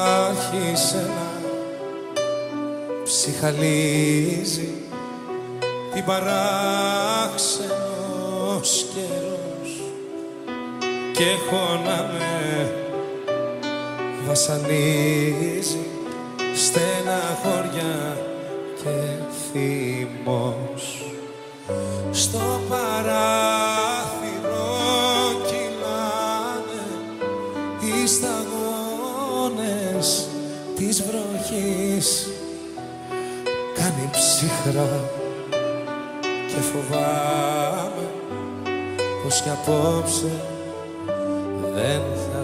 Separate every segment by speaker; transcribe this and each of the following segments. Speaker 1: έχει σένα ψυχαλίζει την παράξενος καιρός και έχω να με βασανίζει στεναχώρια και θυμός στο παράθυρο κυλάνε οι σταγόνες της βροχής κάνει ψυχρά και φοβάμαι πως κι απόψε δεν θα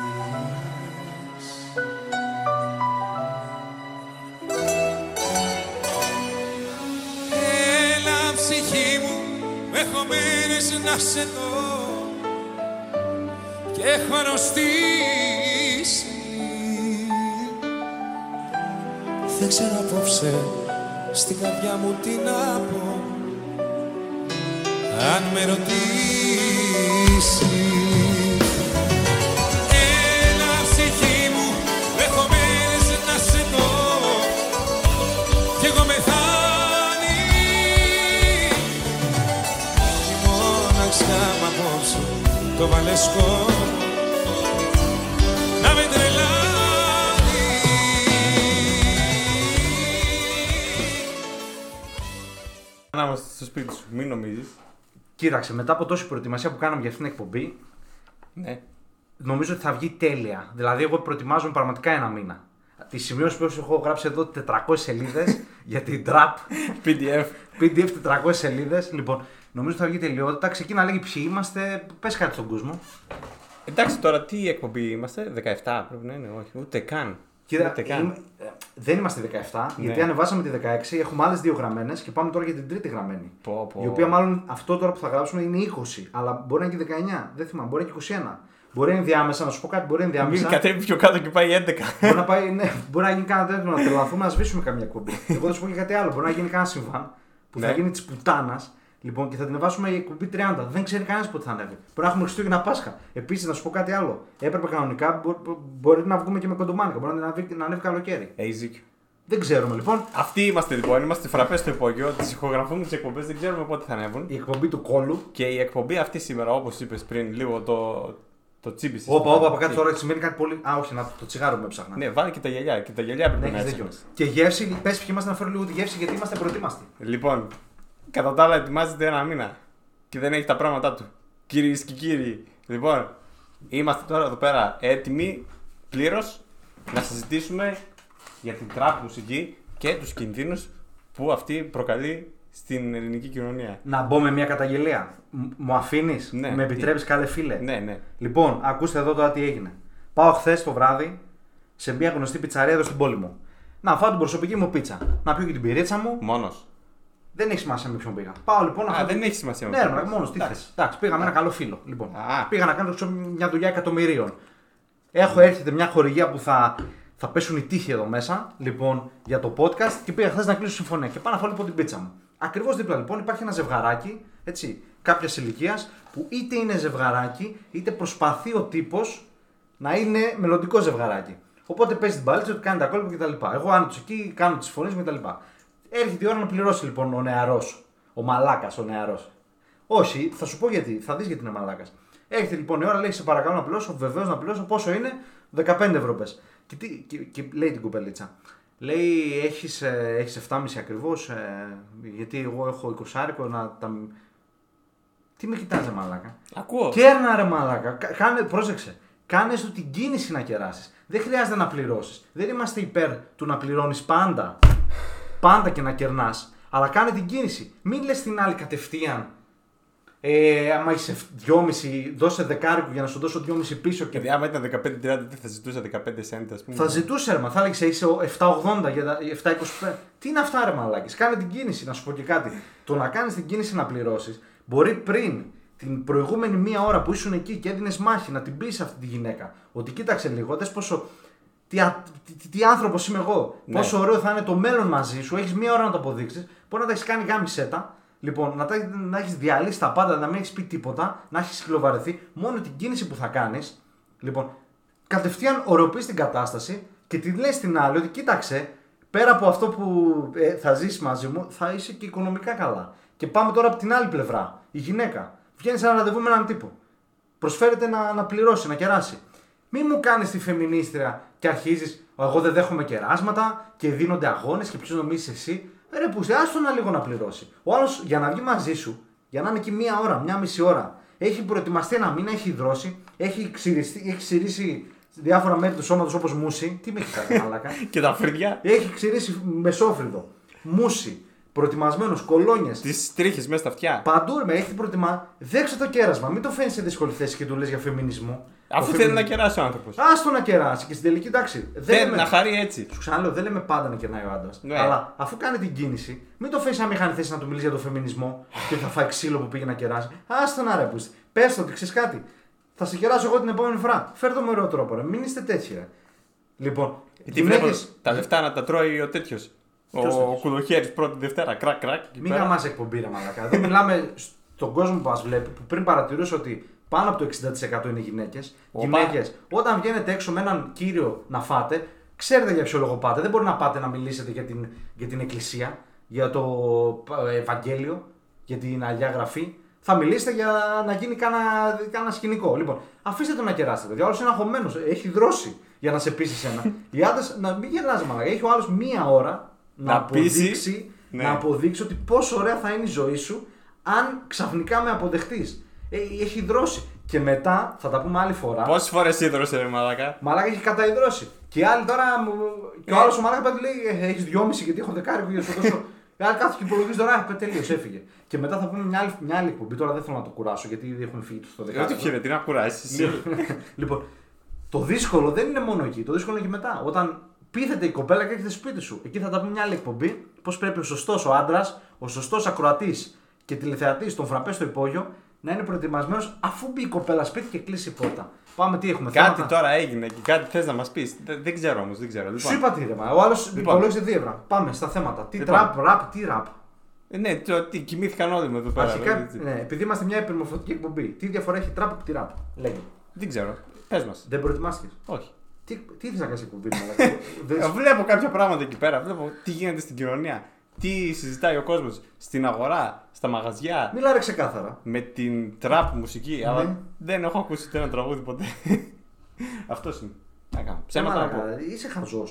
Speaker 1: έρθει. Έλα ψυχή μου, με χωμένες να σε δω και έχω αρρωστήσει. Δεν ξέρω απόψε στην καρδιά μου τι να πω αν με ρωτήσεις. Έλα ψυχή μου, με χωμένες να σε δω κι εγώ με χάνει Η μοναξιά μ' απόψε το βαλεσκό να με τρελάνει
Speaker 2: Να είμαστε στο σπίτι σου, μην νομίζεις.
Speaker 3: Κοίταξε, μετά από τόση προετοιμασία που κάναμε για αυτήν την εκπομπή,
Speaker 2: Ναι.
Speaker 3: νομίζω ότι θα βγει τέλεια. Δηλαδή, εγώ προετοιμάζομαι πραγματικά ένα μήνα. Τι σημειώσεις που έχω γράψει εδώ 400 σελίδες για την τραπ.
Speaker 2: PDF.
Speaker 3: PDF 400 σελίδες. Λοιπόν, νομίζω ότι θα βγει τελειότητα. Ξεκίνα λέγει ποιοι είμαστε. Πες κάτι στον κόσμο.
Speaker 2: Εντάξει τώρα, τι εκπομπή είμαστε, 17 πρέπει να είναι, όχι, ούτε καν.
Speaker 3: Κοίτα,
Speaker 2: ούτε καν.
Speaker 3: είμαι- ε, δεν είμαστε 17, γιατί
Speaker 2: Ναι.
Speaker 3: ανεβάσαμε τη 16, έχουμε άλλες δύο γραμμένες και πάμε τώρα για την τρίτη γραμμένη.
Speaker 2: Πω, πω.
Speaker 3: Η οποία μάλλον αυτό τώρα που θα γράψουμε είναι 20, αλλά μπορεί να είναι και 19, δεν θυμάμαι, μπορεί να είναι και 21. Μπορεί να είναι διάμεσα, να σου πω κάτι, μπορεί να είναι
Speaker 2: Μην
Speaker 3: διάμεσα.
Speaker 2: κατέβει πιο κάτω και πάει 11.
Speaker 3: Μπορεί να, πάει, ναι, μπορεί να γίνει κανένα τέτοιο να τρελαθούμε, να σβήσουμε καμιά εκπομπή. Εγώ θα σου πω και κάτι άλλο. Μπορεί να γίνει κανένα συμβάν που θα
Speaker 2: Ναι.
Speaker 3: γίνει της πουτάνας. Λοιπόν, και θα την ανεβάσουμε η εκπομπή 30. Δεν ξέρει κανένας πότε θα ανέβει. Μπορεί να έχουμε Χριστούγεννα Πάσχα. Επίσης, να σου πω κάτι άλλο. Έπρεπε κανονικά μπο- μπο- μπορεί να βγούμε και με κοντομάνικα. Μπορεί να ανέβει, να ανέβει καλοκαίρι.
Speaker 2: Έχει δίκιο.
Speaker 3: Δεν ξέρουμε λοιπόν.
Speaker 2: Ε, Αυτοί είμαστε λοιπόν, είμαστε φραπές στο υπόγειο, τις ηχογραφούμε τις εκπομπές, δεν ξέρουμε πότε θα ανέβουν.
Speaker 3: Η εκπομπή του κόλου.
Speaker 2: Και η εκπομπή αυτή σήμερα, όπως είπες πριν, λίγο το, το τσίπησε.
Speaker 3: Όπα, όπα, από κάτι τώρα σημαίνει κάτι πολύ. Α, όχι, να το τσιγάρο με ψάχνα.
Speaker 2: Ναι, βάλει και τα γυαλιά. Και τα γυαλιά πρέπει
Speaker 3: Ναι,
Speaker 2: να
Speaker 3: έχεις
Speaker 2: έτσι.
Speaker 3: δίκιο. Και γεύση, πες ποιοι είμαστε να φέρω λίγο τη γεύση γιατί είμαστε προετοίμαστοι.
Speaker 2: Λοιπόν, κατά τα άλλα ετοιμάζεται ένα μήνα και δεν έχει τα πράγματά του. Κυρίες και κύριοι, λοιπόν, είμαστε τώρα εδώ πέρα έτοιμοι πλήρως να συζητήσουμε για την τραπ μουσική και τους κινδύνους που αυτή προκαλεί στην ελληνική κοινωνία.
Speaker 3: Να μπω με μια καταγγελία. Μ- Μου αφήνεις,
Speaker 2: Ναι.
Speaker 3: με επιτρέπει, καλέ φίλε.
Speaker 2: Ναι, ναι.
Speaker 3: Λοιπόν, ακούστε εδώ τώρα τι έγινε. Πάω χθες το βράδυ σε μια γνωστή πιτσαρία εδώ στην πόλη μου. Να φάω την προσωπική μου πίτσα. Να πιω και την πυρίτσα μου.
Speaker 2: Μόνος.
Speaker 3: Δεν έχει σημασία με ποιον πήγα. Πάω λοιπόν να
Speaker 2: Α,
Speaker 3: φάω.
Speaker 2: δεν έχει σημασία. με
Speaker 3: Ναι,
Speaker 2: ποιον
Speaker 3: ρε,
Speaker 2: πας.
Speaker 3: μόνος τι
Speaker 2: Εντάξει.
Speaker 3: θες. Εντάξει, πήγα με ένα καλό φίλο. Λοιπόν,
Speaker 2: Α.
Speaker 3: πήγα να κάνω ξέρω, μια δουλειά εκατομμυρίων. Έχω έρχεται μια χορηγία που θα, θα πέσουν οι τύχοι εδώ μέσα λοιπόν, για το podcast και πήγα χθες να κλείσω συμφωνία. Και πάω να φάω λοιπόν την πίτσα μου. Ακριβώς δίπλα λοιπόν υπάρχει ένα ζευγαράκι έτσι, κάποιας ηλικίας που είτε είναι ζευγαράκι είτε προσπαθεί ο τύπος να είναι μελλοντικό ζευγαράκι. Οπότε παίζει την παλίτσα του, κάνει τα κόλπα κτλ. Εγώ άνω τους εκεί, κάνω τις φωνέ κτλ. Έρχεται η ώρα να πληρώσει λοιπόν ο νεαρός. Ο μαλάκας ο νεαρός. Όχι, θα σου πω γιατί. Θα δεις γιατί είναι μαλάκας. Έρχεται λοιπόν η ώρα, λέει: Σε παρακαλώ να πληρώσω. Βεβαίως να πληρώσω. Πόσο είναι, 15 ευρώ πες. Και, τι- και, και λέει την κουπελίτσα. Λέει: Έχεις έχεις 7,5 ακριβώ. γιατί εγώ έχω 20 άρικο να τα. Τι με κοιτάζει, μαλάκα.
Speaker 2: Ακούω.
Speaker 3: Κέρνα ρε μαλάκα. Κα- Κάνε, πρόσεξε. Κάνε του την κίνηση να κεράσεις. Δεν χρειάζεται να πληρώσεις. Δεν είμαστε υπέρ του να πληρώνεις πάντα. Πάντα και να κερνάς. Αλλά κάνε την κίνηση. Μην λες την άλλη κατευθείαν. Ε, άμα είσαι 2,5, δώσε δεκάρικο για να σου δώσω 2,5 πίσω και
Speaker 2: Δηλαδή, άμα ήταν 15-30, τι θα ζητούσα 15 cent, ας πούμε.
Speaker 3: θα ζητούσε έρμα. Θα έλεγε είσαι ο 7,80 για τα 7,25. Τι είναι αυτά ρε μαλάκες. Κάνε την κίνηση, να σου πω και κάτι. Το να κάνεις την κίνηση να πληρώσεις, μπορεί πριν την προηγούμενη μία ώρα που ήσουν εκεί και έδινες μάχη να την πεις αυτή τη γυναίκα. Ότι κοίταξε λίγο, δες πόσο... Τι, α- τι, τι- τι άνθρωπος είμαι εγώ.
Speaker 2: Ναι.
Speaker 3: Πόσο ωραίο θα είναι το μέλλον μαζί σου. Έχεις μία ώρα να το αποδείξεις. Μπορεί να τα έχεις κάνει γάμισέτα. Λοιπόν, να, τα- να έχεις διαλύσει τα πάντα, να μην έχεις πει τίποτα, να έχεις κυλοβαρεθεί. Μόνο την κίνηση που θα κάνεις. Λοιπόν, κατευθείαν οροποιεί την κατάσταση και τη λες στην άλλη ότι κοίταξε, πέρα από αυτό που ε, θα ζήσει μαζί μου, θα είσαι και οικονομικά καλά. Και πάμε τώρα από την άλλη πλευρά. Η γυναίκα βγαίνει σε ένα ραντεβού με έναν τύπο. Προσφέρεται να, να πληρώσει, να κεράσει. Μην μου κάνεις τη φεμινίστρια και αρχίζεις. Εγώ δεν δέχομαι κεράσματα και δίνονται αγώνες και ποιος νομίζεις εσύ. Ρε που σε άστο να λίγο να πληρώσει. Ο άλλος για να βγει μαζί σου, για να είναι εκεί μία ώρα, μία μισή ώρα, έχει προετοιμαστεί ένα μήνα, έχει δρώσει, έχει ξυριστεί, έχει ξυρίσει διάφορα μέρη του σώματος όπως μουσι. Τι με έχεις κάνει, μαλάκα.
Speaker 2: Και τα φρύδια
Speaker 3: Έχει ξυρίσει μεσόφρυδο, μουσι, προετοιμασμένο, κολόνιες.
Speaker 2: τις τρίχες μέσα στα αυτιά.
Speaker 3: Παντού με έχει προετοιμά. Δέξε το κέρασμα. Μην το φέρνει σε δύσκολη θέση και του λες για φεμινισμό.
Speaker 2: Αφού
Speaker 3: Το
Speaker 2: θέλει
Speaker 3: φεμινι-
Speaker 2: να κεράσει ο άνθρωπος.
Speaker 3: Άστο να κεράσει και στην τελική εντάξει. Δεν
Speaker 2: Θέλει
Speaker 3: λέμε-
Speaker 2: να χαρεί έτσι.
Speaker 3: Σου ξαναλέω, δεν λέμε πάντα να κερνάει ο άντρας.
Speaker 2: Ναι.
Speaker 3: Αλλά αφού κάνει την κίνηση, μην το φέρει να μην χάνει θέση να του μιλήσει για το φεμινισμό και ότι θα φάει ξύλο που πήγε να κεράσει. Άστο να ρεπούσει. Πες το ότι ξέρεις κάτι. Θα σε κεράσω εγώ την επόμενη φορά. Φέρ το με ωραίο τρόπο, ρε. Μην είστε τέτοιοι, ρε. Λοιπόν,
Speaker 2: Τι βλέπω,
Speaker 3: γυναίκες,
Speaker 2: τα λεφτά να τα τρώει ο τέτοιος.
Speaker 3: Ποιος
Speaker 2: Ο,
Speaker 3: τέτοιος?
Speaker 2: ο κουδοχέρης πρώτη Δευτέρα, κρακ κρακ. εκεί
Speaker 3: Μην
Speaker 2: πέρα.
Speaker 3: γαμάς εκπομπή ρε μαλακά. Εδώ μιλάμε στον κόσμο που μας βλέπει που πριν παρατηρούσε ότι πάνω από το 60% είναι γυναίκες.
Speaker 2: Οπα.
Speaker 3: Γυναίκες, όταν βγαίνετε έξω με έναν κύριο να φάτε, ξέρετε για ποιο λόγο πάτε. Δεν μπορεί να πάτε να μιλήσετε για την, για την εκκλησία, για το ε, Ευαγγέλιο, για την Αγία Γραφή. Θα μιλήσετε για να γίνει κάνα, κάνα σκηνικό. Λοιπόν, αφήστε τον να κεράσετε. παιδιά. Ο άλλος είναι αγχωμένος, έχει δρώσει για να σε πείσει σένα. Οι άντρες, να μην γελάζει μαλακά. Έχει ο άλλος μία ώρα να,
Speaker 2: Να πείσει.
Speaker 3: αποδείξει,
Speaker 2: Ναι.
Speaker 3: να αποδείξει ότι πόσο ωραία θα είναι η ζωή σου αν ξαφνικά με αποδεχτείς. έχει δρώσει. Και μετά, θα τα πούμε άλλη φορά.
Speaker 2: Πόσες φορές ίδρωσε, ρε Μαλάκα.
Speaker 3: Μαλάκα έχει καταϊδρώσει. Και οι άλλοι τώρα. μου- Και ο άλλος ο Μαλάκα πάντα λέει: Έχεις δυόμιση γιατί έχω δεκάρι που σου δώσω. Ε, Αν κάθεται και υπολογίζει τώρα, ε, τελείως, έφυγε. Και μετά θα πούμε μια άλλη, μια άλλη εκπομπή. Τώρα δεν θέλω να το κουράσω γιατί ήδη έχουν φύγει στο
Speaker 2: Ε,
Speaker 3: δεκάρι.
Speaker 2: Ούτε χειρετή να κουράσει.
Speaker 3: λοιπόν, το δύσκολο δεν είναι μόνο εκεί. Το δύσκολο είναι και μετά. Όταν πείθεται η κοπέλα και έρχεται σπίτι σου. Εκεί θα τα πούμε μια άλλη εκπομπή. Πώς πρέπει ο σωστός ο άντρας, ο σωστός ακροατής και τηλεθεατής των φραπές στο υπόγειο να είναι προετοιμασμένος αφού μπει η κοπέλα σπίτι και κλείσει η πόρτα. Πάμε, τι έχουμε
Speaker 2: Κάτι
Speaker 3: θέματα?
Speaker 2: τώρα έγινε και κάτι θες να μας πεις. Δεν ξέρω όμως, δεν ξέρω.
Speaker 3: Σου
Speaker 2: Λοιπόν,
Speaker 3: είπα τι ρε, μα. ο άλλος
Speaker 2: Λοιπόν.
Speaker 3: υπολόγισε δύο ευρώ. Πάμε στα θέματα. Τι
Speaker 2: Λοιπόν.
Speaker 3: τραπ, ραπ, τι ραπ.
Speaker 2: Ε, ναι, το ότι κοιμήθηκαν όλοι με εδώ πέρα.
Speaker 3: Αρχικά,
Speaker 2: ρε, έτσι.
Speaker 3: ναι, επειδή είμαστε μια υπερμορφωτική εκπομπή, τι διαφορά έχει τραπ από τη ραπ. Λέγε.
Speaker 2: Δεν ξέρω. Πες μας.
Speaker 3: Δεν προετοιμάστηκες.
Speaker 2: Όχι.
Speaker 3: Τι, τι ήθελε να κάνεις εκπομπή, μαλάκα.
Speaker 2: Ε,
Speaker 3: Δεν-
Speaker 2: Βλέπω κάποια πράγματα εκεί πέρα. Βλέπω τι γίνεται στην κοινωνία. Τι συζητάει ο κόσμος στην αγορά, στα μαγαζιά.
Speaker 3: Μιλάρε ξεκάθαρα.
Speaker 2: Με την τραπ μουσική.
Speaker 3: Ναι.
Speaker 2: Αλλά δεν έχω ακούσει ούτε ένα τραγούδι ποτέ. Αυτός είναι. Να κάνω. Ψέματα να πω.
Speaker 3: Ε, Μαλάκα, Είσαι χαζό.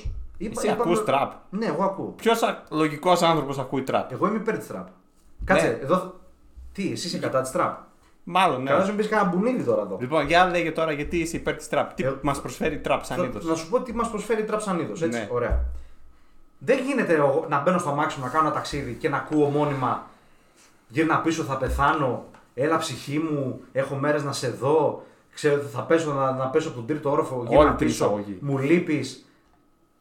Speaker 2: Εσύ ακούς τραπ.
Speaker 3: Ναι, εγώ ακούω.
Speaker 2: Ποιος λογικός άνθρωπος ακούει τραπ.
Speaker 3: Εγώ είμαι υπέρ της τραπ. Κάτσε,
Speaker 2: Ναι.
Speaker 3: εδώ. Τι, εσύ είσαι κατά της τραπ.
Speaker 2: Μάλλον, ναι.
Speaker 3: Καλά σου πεις κανένα μπουνίδι τώρα εδώ.
Speaker 2: Λοιπόν, για λέγε τώρα γιατί είσαι υπέρ της τραπ. Τι
Speaker 3: Ε,
Speaker 2: μας προσφέρει η τραπ σαν
Speaker 3: Θα- Να
Speaker 2: είδο.
Speaker 3: σου πω τι μας προσφέρει η τραπ σαν είδος. Έτσι,
Speaker 2: Ναι.
Speaker 3: ωραία. Δεν γίνεται εγώ να μπαίνω στο αμάξι μου να κάνω ένα ταξίδι και να ακούω μόνιμα γύρνα πίσω, θα πεθάνω. Έλα ψυχή μου, έχω μέρες να σε δω. Ξέρω, θα πέσω, να, να πέσω από τον τρίτο όροφο. Γύρνα
Speaker 2: Όλη την
Speaker 3: πίσω,
Speaker 2: εισαγωγή.
Speaker 3: μου λείπεις.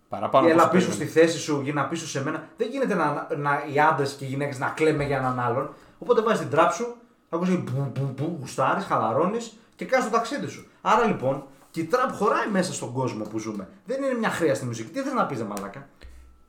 Speaker 2: Παραπάνω από
Speaker 3: Έλα
Speaker 2: όσο
Speaker 3: πίσω στη
Speaker 2: περίμενα.
Speaker 3: θέση σου, γύρνα πίσω σε μένα. Δεν γίνεται να, να, οι άντρες και οι γυναίκες να κλαίμε για έναν άλλον. Οπότε βάζεις την τράπ σου, ακούσει που που που, γουστάρεις, χαλαρώνεις και κάνει το ταξίδι σου. Άρα λοιπόν και η τραπ χωράει μέσα στον κόσμο που ζούμε. Δεν είναι μια χρέα στη μουσική. Τι θες να πεις, Μαλάκα.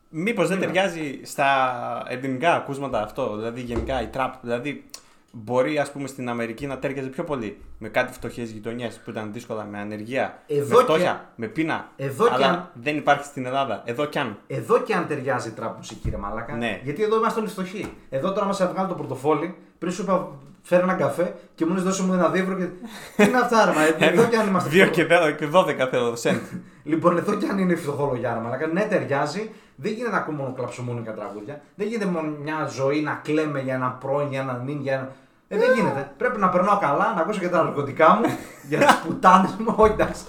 Speaker 2: Μήπως δεν
Speaker 3: Μήνα.
Speaker 2: ταιριάζει στα ελληνικά ακούσματα αυτό, δηλαδή γενικά η τραπ. Δηλαδή μπορεί ας πούμε στην Αμερική να τέριαζε πιο πολύ με κάτι φτωχές γειτονιές που ήταν δύσκολα, με ανεργία,
Speaker 3: Εδώ
Speaker 2: με
Speaker 3: και-
Speaker 2: φτώχεια, με πείνα.
Speaker 3: Εδώ και
Speaker 2: αλλά
Speaker 3: αν-
Speaker 2: δεν υπάρχει στην Ελλάδα. Εδώ κι αν.
Speaker 3: Εδώ και αν ταιριάζει η τραπ μουσική, ρε Μαλάκα.
Speaker 2: Ναι.
Speaker 3: Γιατί εδώ είμαστε όλοι φτωχοί. Εδώ τώρα μας βγάλει το πορτοφόλι, πριν σου είπα φέρω έναν καφέ και μου λες δώσε μου ένα δίευρο και. Τι είναι αυτά, ρε Μαλάκα. Εδώ και αν είμαστε
Speaker 2: Δύο
Speaker 3: φτωχοί.
Speaker 2: και δέκα και δώδεκα θέλω σεντ.
Speaker 3: Λοιπόν, εδώ κι αν είναι φτωχολογιά, ρε μαλάκα, ναι, ταιριάζει. Δεν γίνεται να ακούμε μόνο κλαψομούνικα τραγούδια. Δεν γίνεται μόνο μια ζωή να κλαίμε για έναν πρώην, για έναν νυν, για ένα... Ε, δεν γίνεται. Πρέπει να περνάω καλά, να ακούσω και τα ναρκωτικά μου, για τις πουτάνες μου, όχι εντάξει.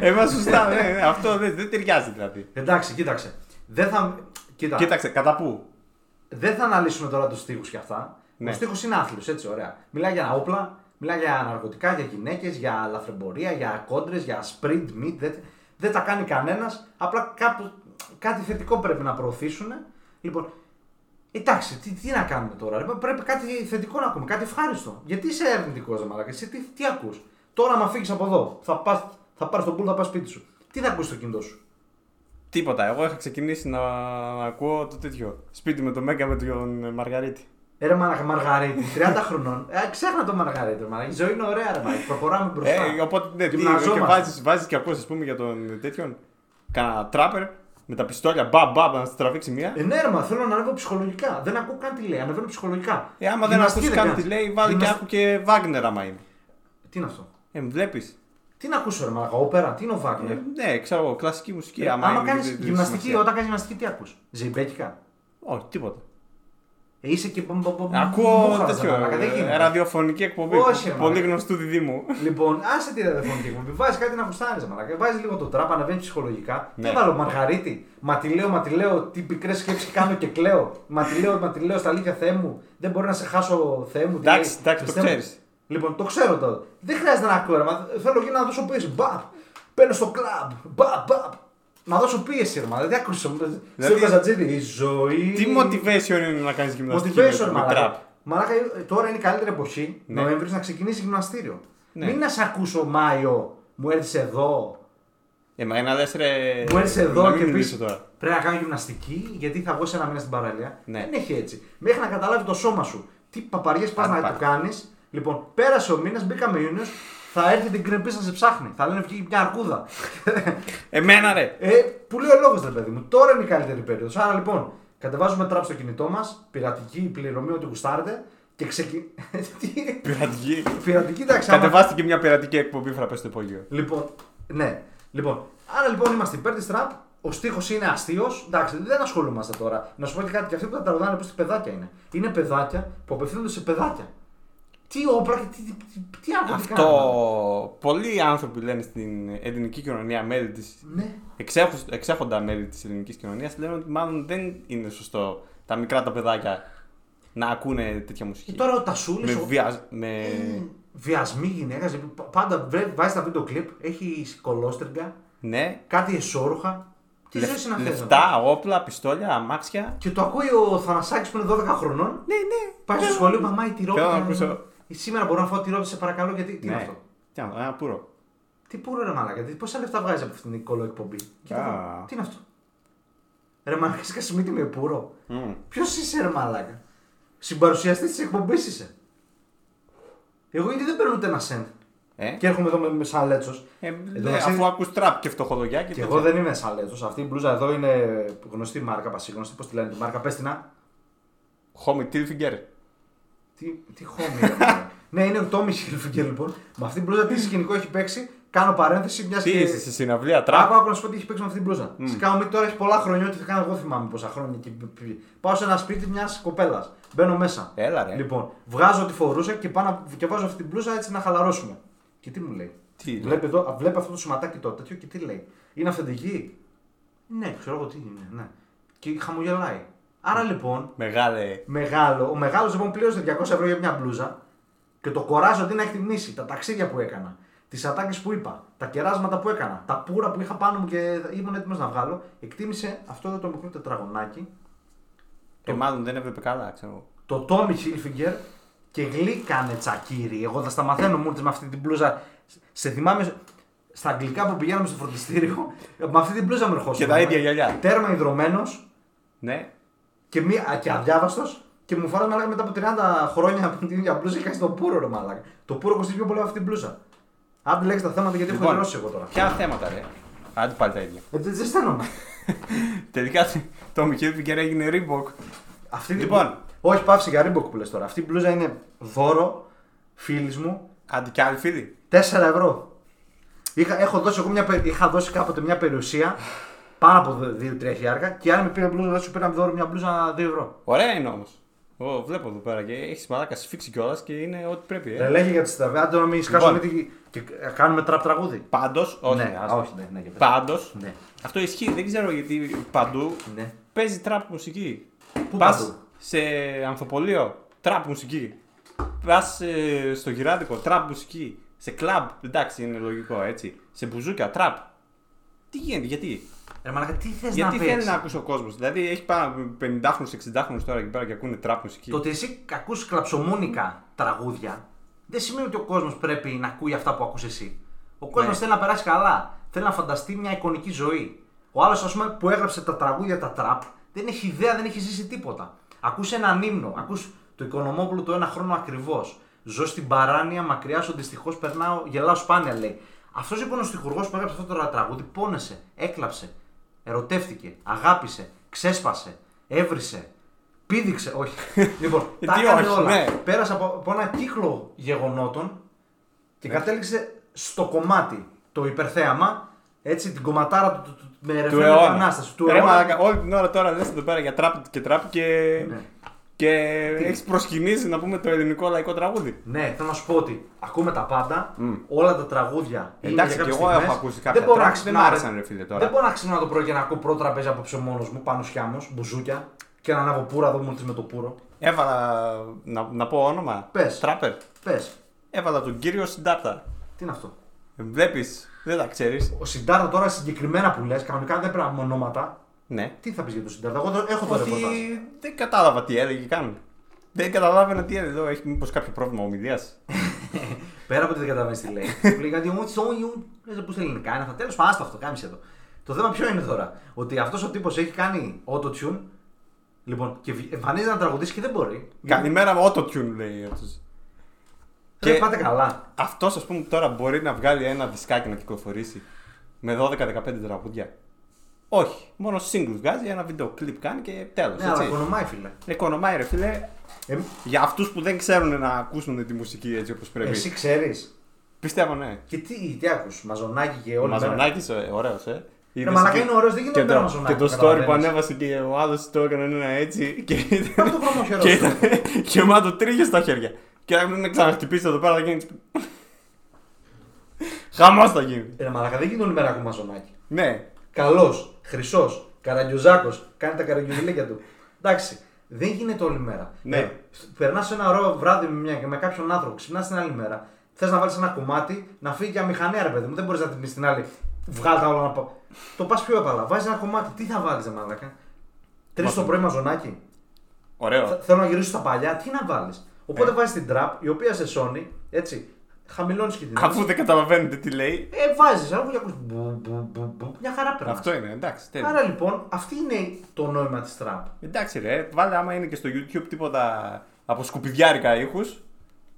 Speaker 2: Εμά σωστά, ναι, ναι, αυτό δεν, δεν ταιριάζει δηλαδή.
Speaker 3: Εντάξει, κοίταξε. Δεν θα. Κοίτα,
Speaker 2: Κοίταξε, κατά πού.
Speaker 3: δεν θα αναλύσουμε τώρα τους στίχους και αυτά.
Speaker 2: Ναι.
Speaker 3: Ο στίχος είναι άθλιος, έτσι, ωραία. Μιλάει για όπλα, μιλάει για ναρκωτικά, για γυναίκες, για λαθρεμπορία, για κόντρες, για sprint, meet. Δεν, δεν τα κάνει κανένας. Απλά κάπου, κάτι θετικό πρέπει να προωθήσουν. Λοιπόν, εντάξει, τι, τι να κάνουμε τώρα. ρε, πρέπει κάτι θετικό να ακούμε, κάτι ευχάριστο. Γιατί είσαι αρνητικό, δε μαλάκα, εσύ τι, τι ακούς. Τώρα, μα φύγεις από εδώ, θα, πας, θα πάρεις τον πουλ, θα πας σπίτι σου. Τι θα ακούσεις το κινητό σου.
Speaker 2: Τίποτα. Εγώ είχα ξεκινήσει να, να ακούω το τέτοιο. Σπίτι με το Μέγκα με τον ε, Μαργαρίτη.
Speaker 3: Ρε μαργα- Μαργαρίτη, 30 χρονών. Ε, ξέχνα το Μαργαρίτη, ρε μαργαρίτη. Η ζωή είναι ωραία, ρε μαργαρίτη. Προχωράμε μπροστά.
Speaker 2: Ε, οπότε ναι, τι,
Speaker 3: Γυμναζόμαστε.
Speaker 2: και βάζεις, βάζεις και ακούς, ας πούμε, για τον τέτοιον. Κάνα τράπερ με τα πιστόλια μπαμ μπαμ να σε τραβήξει μία.
Speaker 3: Ε, ναι, ρε, μα θέλω να ανέβω ψυχολογικά. Δεν ακούω καν τι λέει, ανεβαίνω ψυχολογικά.
Speaker 2: Ε, άμα δεν
Speaker 3: Γυμναστή
Speaker 2: ακούσει κάτι
Speaker 3: κάνω.
Speaker 2: τι λέει, βάλει και
Speaker 3: Γυμνασ-
Speaker 2: άκου και Βάγνερ άμα είναι.
Speaker 3: Τι είναι αυτό.
Speaker 2: Ε, βλέπεις.
Speaker 3: Τι να ακούσω, ρε Μαλακά, όπερα, τι είναι ο Βάγνερ.
Speaker 2: Ε, ναι, ξέρω εγώ, κλασική μουσική. Ε, άμα
Speaker 3: Ε, Άμα
Speaker 2: είναι,
Speaker 3: κάνεις
Speaker 2: δεν- δεν
Speaker 3: γυμναστική,
Speaker 2: σημασία.
Speaker 3: όταν κάνεις γυμναστική, τι ακούς. Ζεϊμπέκικα.
Speaker 2: Όχι, τίποτα.
Speaker 3: Ε, είσαι και. μπομ, μπομ, μπομ,
Speaker 2: Ακούω
Speaker 3: μούχαρα,
Speaker 2: τέτοιο,
Speaker 3: ρε μαλάκα, δεν
Speaker 2: ε,
Speaker 3: γίνεται.
Speaker 2: ραδιοφωνική εκπομπή
Speaker 3: Όχι, ρε,
Speaker 2: πολύ
Speaker 3: μαλάκα.
Speaker 2: γνωστού διδήμου.
Speaker 3: Λοιπόν, άσε τη ραδιοφωνική εκπομπή. Βάζεις κάτι να φουστάρεις, μαλακά. Βάζεις λίγο το τραπ, ανεβαίνει ψυχολογικά.
Speaker 2: Ναι.
Speaker 3: Τι βάλω, Μαργαρίτη. Μα τη λέω, μα τη λέω, τι πικρέ σκέψεις κάνω και κλαίω. Μα τη λέω, μα τη λέω, στα αλήθεια Θεέ μου. Δεν μπορώ να σε χάσω, Θεέ μου. τι
Speaker 2: Εντάξει,
Speaker 3: λέει.
Speaker 2: εντάξει, το
Speaker 3: Χριστέ μου.
Speaker 2: ξέρεις.
Speaker 3: Λοιπόν, το ξέρω τώρα. Δεν χρειάζεται να ακούω, ρε, μα θέλω και να δώσω πίεση. Μπαπ. Παίρνω στο κλαμπ. Μπαπ, μπαπ. Να δώσω πίεση, ρε, μα δεν άκουσα.
Speaker 2: Δηλαδή,
Speaker 3: Δηλαδή, Καζατζίδη, η ζωή.
Speaker 2: Τι motivation είναι να κάνεις γυμναστική
Speaker 3: Motivation,
Speaker 2: με τραπ.
Speaker 3: μαλάκα. Μαλάκα, ε, τώρα είναι η καλύτερη εποχή
Speaker 2: Ναι.
Speaker 3: Νοέμβρης να ξεκινήσει γυμναστήριο.
Speaker 2: Ναι.
Speaker 3: Μην να σε ακούσω Μάιο, μου έρθεις εδώ.
Speaker 2: Ε, μα ένα λες ρε...
Speaker 3: Μου έρθεις εδώ
Speaker 2: να
Speaker 3: και
Speaker 2: μην
Speaker 3: πει
Speaker 2: μιλήσω τώρα.
Speaker 3: πρέπει να κάνω γυμναστική γιατί θα βγω σε ένα μήνα στην παραλία.
Speaker 2: Ναι.
Speaker 3: Δεν έχει έτσι. Μέχρι να καταλάβει το σώμα σου τι παπαριές πας
Speaker 2: Άντε,
Speaker 3: να
Speaker 2: πάμε.
Speaker 3: το κάνεις. Λοιπόν, πέρασε ο μήνας, μπήκαμε Ιούνιος, θα έρθει την κρυμπή να σε ψάχνει. Θα λένε βγήκε μια αρκούδα.
Speaker 2: Εμένα ρε!
Speaker 3: Ε, που λέει ο λόγος, ρε παιδί μου. Τώρα είναι η καλύτερη περίοδος. Άρα λοιπόν, κατεβάζουμε τραπ στο κινητό μας, πειρατική πληρωμή ό,τι γουστάρετε και ξεκινάμε.
Speaker 2: Πειρατική.
Speaker 3: πειρατική, εντάξει. άμα-
Speaker 2: Κατεβάστηκε μια πειρατική εκπομπή φραπέ στο υπόγειο.
Speaker 3: Λοιπόν, ναι. Λοιπόν, άρα λοιπόν είμαστε υπέρ της τραπ. Ο στίχος είναι αστείος. Εντάξει, δεν ασχολούμαστε τώρα. Να σου πω και κάτι, και αυτοί που τα τραγουδάνε πώ παιδάκια είναι. Είναι παιδάκια που απευθύνονται σε παιδάκια. Τι όπρα και τι, τι, τι, τι άλλο τι κάνουμε.
Speaker 2: Αυτό πολλοί άνθρωποι λένε στην ελληνική κοινωνία, μέλη της,
Speaker 3: Ναι.
Speaker 2: εξέχους- εξέχοντα μέλη της ελληνικής κοινωνίας, λένε ότι μάλλον δεν είναι σωστό τα μικρά τα παιδάκια να ακούνε τέτοια
Speaker 3: Και
Speaker 2: μουσική.
Speaker 3: Ε, τώρα ο Τασούλης.
Speaker 2: Με
Speaker 3: ο...
Speaker 2: βιάζ... με...
Speaker 3: Ε, Βιασμή γυναίκα. δηλαδή Πάντα βρε- βάζει τα βίντεο κλιπ. Έχει κολόστεργα.
Speaker 2: Ναι.
Speaker 3: Κάτι εσόρουχα. Τι
Speaker 2: Λεφ-
Speaker 3: ζωή είναι αυτέ.
Speaker 2: Λεφτά, όπλα, πιστόλια, αμάξια.
Speaker 3: Και το ακούει ο Θανασάκης που είναι 12 χρονών.
Speaker 2: Ναι, ναι.
Speaker 3: Πάει στο σχολείο, μαμά η τυρόπιτα. Ε,
Speaker 2: Θέλω να ακούσω.
Speaker 3: Σήμερα μπορώ να φάω τυρόπιτα, σε παρακαλώ, γιατί. Τι είναι
Speaker 2: Ναι.
Speaker 3: αυτό.
Speaker 2: Τι να- Ένα πουρο.
Speaker 3: Τι πού ρε μαλάκα, τι- πόσα λεφτά βγάζει από αυτήν την κολό εκπομπή. Κοίτα
Speaker 2: Α.
Speaker 3: εδώ, Τι είναι αυτό. Ρε μαλάκα, σκασιμίτη με πουρο.
Speaker 2: Μμ.
Speaker 3: Ποιος είσαι ρε μαλάκα. Συμπαρουσιαστής της εκπομπής είσαι. Εγώ γιατί δεν παίρνω ούτε ένα σεντ.
Speaker 2: Ε,
Speaker 3: Και έρχομαι εδώ με, με σαν λέτσος.
Speaker 2: ε,
Speaker 3: Εν τω
Speaker 2: ναι,
Speaker 3: μεταξύ,
Speaker 2: αφού ακούς τραπ και φτωχολογιά και
Speaker 3: Και
Speaker 2: τέτοια.
Speaker 3: εγώ δεν είμαι σαν λέτσος. Αυτή η μπλούζα εδώ είναι γνωστή μάρκα, πασίγνωστη. Πώς τη λένε τη μάρκα, πες την να.
Speaker 2: Χόμι Τίλφιγκερ.
Speaker 3: Ε, Τι, τι χώμη ρε μαλάκα. Ναι, είναι ο Τόμι Χίλφιγκερ λοιπόν. Με αυτή την μπλούζα τι σκηνικό έχει παίξει. Κάνω παρένθεση μιας
Speaker 2: Τι είσαι σε συναυλία τραπ.
Speaker 3: Άκου, άκου να σου πω τι έχει παίξει με αυτή την μπλούζα. Mm. Σκάω μύτη τώρα έχει πολλά χρόνια, ό,τι θα κάνω εγώ θυμάμαι πόσα χρόνια. Και π- π- πάω σε ένα σπίτι μιας κοπέλας. Μπαίνω μέσα.
Speaker 2: Έλα, ρε.
Speaker 3: Λοιπόν, βγάζω τη φορούσα και, πάω να- και βάζω αυτή την μπλούζα έτσι να χαλαρώσουμε. Και τι μου λέει.
Speaker 2: Τι λέει?
Speaker 3: βλέπει, εδώ, α, βλέπει αυτό το σηματάκι το τέτοιο και τι λέει. Είναι αυθεντική. Ναι, ξέρω εγώ τι είναι. Ναι. Και χαμογελάει. Άρα λοιπόν,
Speaker 2: Μεγάλε.
Speaker 3: μεγάλο. Ο μεγάλος λοιπόν πλήρωσε 200 ευρώ για μια μπλούζα και το κοράζω τι να εκτιμήσει. Τα ταξίδια που έκανα, τις ατάκες που είπα, τα κεράσματα που έκανα, τα πουρα που είχα πάνω μου και ήμουν έτοιμος να βγάλω. Εκτίμησε αυτό εδώ το μικρό τετραγωνάκι,
Speaker 2: Ε, μάλλον δεν έβλεπε καλά, ξέρω εγώ.
Speaker 3: το Tommy Hilfiger και γλύκανε τσακίρι. Εγώ θα στα μαθαίνω μου με αυτή την μπλούζα. Σε θυμάμαι στα αγγλικά που πηγαίναμε στο φροντιστήριο, με αυτή την μπλούζα με ερχόσουν.
Speaker 2: Και τα ίδια γυαλιά.
Speaker 3: Τέρμα υδρωμένος,
Speaker 2: Ναι.
Speaker 3: και, μη, α, και αδιάβαστος και μου φοράς μαλάκα μετά από 30 χρόνια από την ίδια μπλούζα και κάνει το πούρο ρε μαλάκα. Το πούρο κοστίζει πιο πολύ από αυτή την μπλούζα. Άντε λέξτε τα θέματα γιατί έχω τελειώσει εγώ τώρα.
Speaker 2: Λοιπόν, Ποια θέματα, ρε. Άντε πάλι τα ίδια.
Speaker 3: Ε, Δεν δεν στένομαι.
Speaker 2: Τελικά το Μιχέλφιγκερ έγινε Reebok.
Speaker 3: Αυτή την-
Speaker 2: Λοιπόν.
Speaker 3: Όχι, πάυση για ρίμποκ που λες τώρα. Αυτή η μπλούζα είναι δώρο φίλης μου
Speaker 2: Άντε κι άλλοι φίλοι.
Speaker 3: 4 ευρώ. Είχα, έχω δώσει, εγώ μια, πε- είχα δώσει κάποτε μια περιουσία πάνω από 2-3 χιλιάρικα και η άλλη με πήρε μπλούζα, δεν σου πήραμε δώρο μια μπλούζα 2 ευρώ.
Speaker 2: Ωραία είναι όμως. Εγώ βλέπω εδώ πέρα και έχεις μαλάκα σφίξει κιόλας και είναι ό,τι πρέπει.
Speaker 3: Ρε
Speaker 2: Ε.
Speaker 3: λέγε για τις ταβέ, άντε να μην σκάσουμε
Speaker 2: Λοιπόν.
Speaker 3: μύτη και και κάνουμε τραπ τραγούδι.
Speaker 2: Πάντως, όχι.
Speaker 3: ναι,
Speaker 2: άστα.
Speaker 3: α, όχι, ναι, ναι, για πες.
Speaker 2: Πάντως,
Speaker 3: Ναι.
Speaker 2: αυτό ισχύει. Δεν ξέρω γιατί παντού
Speaker 3: Ναι.
Speaker 2: παίζει τραπ μουσική.
Speaker 3: Πού
Speaker 2: Πας
Speaker 3: παντού?
Speaker 2: σε ανθοπολείο, τραπ μουσική. Πας ε, στο γυράδικο, τραπ μουσική. Σε κλαμπ, εντάξει είναι λογικό έτσι. Σε μπουζούκια, τραπ. Τι γίνεται, γιατί.
Speaker 3: Ρε μαλάκα, τι θες
Speaker 2: γιατί
Speaker 3: να
Speaker 2: θέλει
Speaker 3: πεις.
Speaker 2: να ακούσει ο κόσμος. Δηλαδή έχει πάνω 50χρονου, 60χρονου τώρα εκεί πέρα και ακούνε τραπ μουσική.
Speaker 3: Το ότι εσύ ακούς κλαψομούνικα τραγούδια δεν σημαίνει ότι ο κόσμος πρέπει να ακούει αυτά που ακούς εσύ. Ο κόσμος
Speaker 2: Ναι.
Speaker 3: θέλει να περάσει καλά. Θέλει να φανταστεί μια εικονική ζωή. Ο άλλος ας πούμε που έγραψε τα τραγούδια τα τραπ δεν έχει ιδέα, δεν έχει ζήσει τίποτα. Ακούς έναν ύμνο, ακούς Το Οικονομόπουλο το ένα χρόνο ακριβώς. Ζω στην παράνοια, μακριά σου, δυστυχώς περνάω, γελάω σπάνια λέει. Αυτός λοιπόν ο στιχουργός που έγραψε αυτό το τραγούδι πόνεσε, έκλαψε, ερωτεύτηκε, αγάπησε, ξέσπασε, έβρισε, πήδηξε. Όχι. λοιπόν,
Speaker 2: Ε,
Speaker 3: τα
Speaker 2: τι
Speaker 3: έκανε
Speaker 2: όχι,
Speaker 3: όλα.
Speaker 2: ναι.
Speaker 3: Πέρασε από, από ένα κύκλο γεγονότων και
Speaker 2: Ναι.
Speaker 3: κατέληξε στο κομμάτι το υπερθέαμα, έτσι την κομματάρα του, του, του- με
Speaker 2: Του
Speaker 3: ρεφρέν
Speaker 2: αιώνα. Ε,
Speaker 3: επανάσταση. Του
Speaker 2: Ρε
Speaker 3: αιώνα.
Speaker 2: μαλάκα, όλη την ώρα τώρα λες εδώ πέρα για τραπ και τραπ και.
Speaker 3: Ναι.
Speaker 2: Και έχεις προσκυνήσει να πούμε το ελληνικό λαϊκό τραγούδι.
Speaker 3: Ναι, θέλω να σου πω ότι ακούμε τα πάντα, όλα τα τραγούδια. είναι
Speaker 2: Ε, Εντάξει,
Speaker 3: για
Speaker 2: και
Speaker 3: κάποιες
Speaker 2: εγώ
Speaker 3: στιγμές.
Speaker 2: έχω ακούσει κάποια
Speaker 3: Δεν μπορώ να
Speaker 2: tracks, δεν μ'
Speaker 3: ξυπνάω,
Speaker 2: άρεσαν, ρε φίλε, τώρα.
Speaker 3: Δεν μπορώ να ξυπνάω το πρωί και να ακούω πρώτο τραπέζι απόψε μόνος μου, πάνω σιάμος, μπουζούκια και να ανάβω πουρα εδώ μου με το πουρο.
Speaker 2: Έβαλα. Να, να πω όνομα.
Speaker 3: Πες.
Speaker 2: Τράπερ.
Speaker 3: Πες,
Speaker 2: Έβαλα τον κύριο Συντάρτα.
Speaker 3: τι είναι αυτό.
Speaker 2: Βλέπεις, δεν τα ξέρεις.
Speaker 3: Ο Συντάρτα τώρα συγκεκριμένα που λες, κανονικά δεν πρέπει να πούμε ονόματα.
Speaker 2: Ναι.
Speaker 3: Τι θα πεις για τον Συντάρτα, εγώ το- έχω το
Speaker 2: Ότι
Speaker 3: ρεπορτάζ.
Speaker 2: δεν κατάλαβα τι έλεγε καν. Δεν καταλάβαινα τι έλεγε εδώ. Έχει μήπως κάποιο πρόβλημα ομιλίας.
Speaker 3: Πέρα από ότι δεν καταλαβαίνεις τι λέει. λέει κάτι μου, τσόγιου. Δεν πούσε ελληνικά, είναι αυτά. Τέλο πάντων, άστα αυτό, κάμισε εδώ. Το θέμα ποιο είναι τώρα. Ότι αυτός ο τύπος έχει κάνει auto-tune. Λοιπόν, και βγει- εμφανίζεται να τραγουδίσει και δεν μπορεί.
Speaker 2: Καλημέρα με auto-tune λέει αυτό.
Speaker 3: Και
Speaker 2: και-
Speaker 3: πάτε καλά.
Speaker 2: Αυτός ας πούμε τώρα μπορεί να βγάλει ένα δισκάκι να κυκλοφορήσει με 12-15 τραγούδια. Όχι. Μόνο single βγάζει, ένα βίντεο κλειπ κάνει και τέλος.
Speaker 3: Ναι, αλλά οικονομάει, φίλε.
Speaker 2: Οικονομάει, ρε φίλε.
Speaker 3: Ε,
Speaker 2: Για αυτούς που δεν ξέρουν να ακούσουν τη μουσική έτσι όπως πρέπει.
Speaker 3: εσύ ξέρεις.
Speaker 2: Πιστεύω, ναι.
Speaker 3: Και τι, τι άκου, μαζονάκι και
Speaker 2: Ο
Speaker 3: όλα.
Speaker 2: Μαζονάκη, ωραίος, ε. Είδες
Speaker 3: μαλάκα,
Speaker 2: και-
Speaker 3: είναι ωραίος, δεν γίνεται
Speaker 2: και το-
Speaker 3: να μαζονάκι,
Speaker 2: Και το story
Speaker 3: καταλαβαίνεις.
Speaker 2: που ανέβασε και ο άλλο το έκανε ένα έτσι. Και
Speaker 3: Αυτό
Speaker 2: ήταν.
Speaker 3: το χρώμα
Speaker 2: και
Speaker 3: χαιρό.
Speaker 2: ήταν γεμάτο τρίχε στα χέρια. Και αν με ξαναχτυπήσει εδώ πέρα θα γίνει. Χαμός θα γίνει.
Speaker 3: Ε, Ρε μαλακά, δεν γίνεται όλη μέρα ακού μαζονάκι.
Speaker 2: Ναι,
Speaker 3: Καλός, χρυσός, καραγκιουζάκος, κάνει τα καραγκιουζιλίκια του. Εντάξει, δεν γίνεται όλη μέρα.
Speaker 2: Ναι.
Speaker 3: Περνάς ένα ωραίο βράδυ με, μια, με κάποιον άνθρωπο, ξυπνάς την άλλη μέρα. Θες να βάλεις ένα κομμάτι, να φύγει για μηχανία, ρε παιδί μου. Δεν μπορείς να την πεις στην άλλη. Βγάλ τα όλα να πάω. Το πας πιο έπαλα. Βάζεις ένα κομμάτι, τι θα βάλεις, μαλακά. Τρεις
Speaker 2: Μα-
Speaker 3: το πρωί μαζονάκι. Θε-
Speaker 2: ωραίο.
Speaker 3: Θέλω να γυρίσω στα παλιά, τι να βάλεις. Οπότε
Speaker 2: Ε.
Speaker 3: βάζεις την τραπ, η οποία σε σώνει, έτσι. Χαμηλώνεις και την άλλη.
Speaker 2: Αφού δεν καταλαβαίνετε τι λέει,
Speaker 3: Ε, βάζεις, αλλά ακούει. ακούς μπου, μπου, μπου, μπου. Μια χαρά περνά.
Speaker 2: αυτό είναι. Εντάξει, τέλειο.
Speaker 3: Άρα λοιπόν, αυτή είναι το νόημα της τραπ.
Speaker 2: Εντάξει, ρε, βάλε άμα είναι και στο YouTube τίποτα από σκουπιδιάρικα ήχους.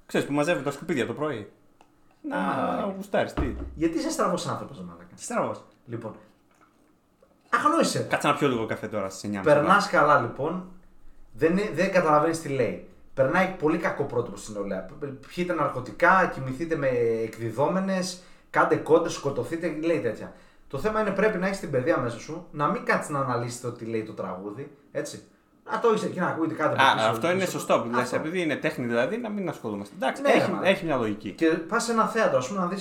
Speaker 2: Ξέρεις που μαζεύουν τα σκουπίδια το πρωί. Να γουστάρεις, τι.
Speaker 3: Γιατί είσαι στραβός άνθρωπος, μαλακά.
Speaker 2: Στραβός.
Speaker 3: Λοιπόν. Αγνώρισε.
Speaker 2: Κάτσε να πιω λίγο καφέ τώρα στις 9.
Speaker 3: Περνάς καλά λοιπόν. Δεν, ε- δεν καταλαβαίνεις τι λέει. Περνάει πολύ κακό πρότυπο στην νεολαία. Πιείτε ναρκωτικά, κοιμηθείτε με εκδιδόμενες, κάντε κόντες, σκοτωθείτε, λέει τέτοια. Το θέμα είναι πρέπει να έχεις την παιδεία μέσα σου, να μην κάτσεις να αναλύσεις το τι λέει το τραγούδι. Έτσι. Να το έχεις εκεί να ακούγεται κάτι. από
Speaker 2: Α,
Speaker 3: πίσω,
Speaker 2: αυτό είναι
Speaker 3: πίσω.
Speaker 2: σωστό που λες,
Speaker 3: Αυτό.
Speaker 2: επειδή είναι τέχνη δηλαδή να μην ασχολούμαστε. Εντάξει,
Speaker 3: Ναι,
Speaker 2: έχει,
Speaker 3: ρε, μάνα.
Speaker 2: έχει μια λογική.
Speaker 3: Και πας σε ένα θέατρο, ας πούμε, να δεις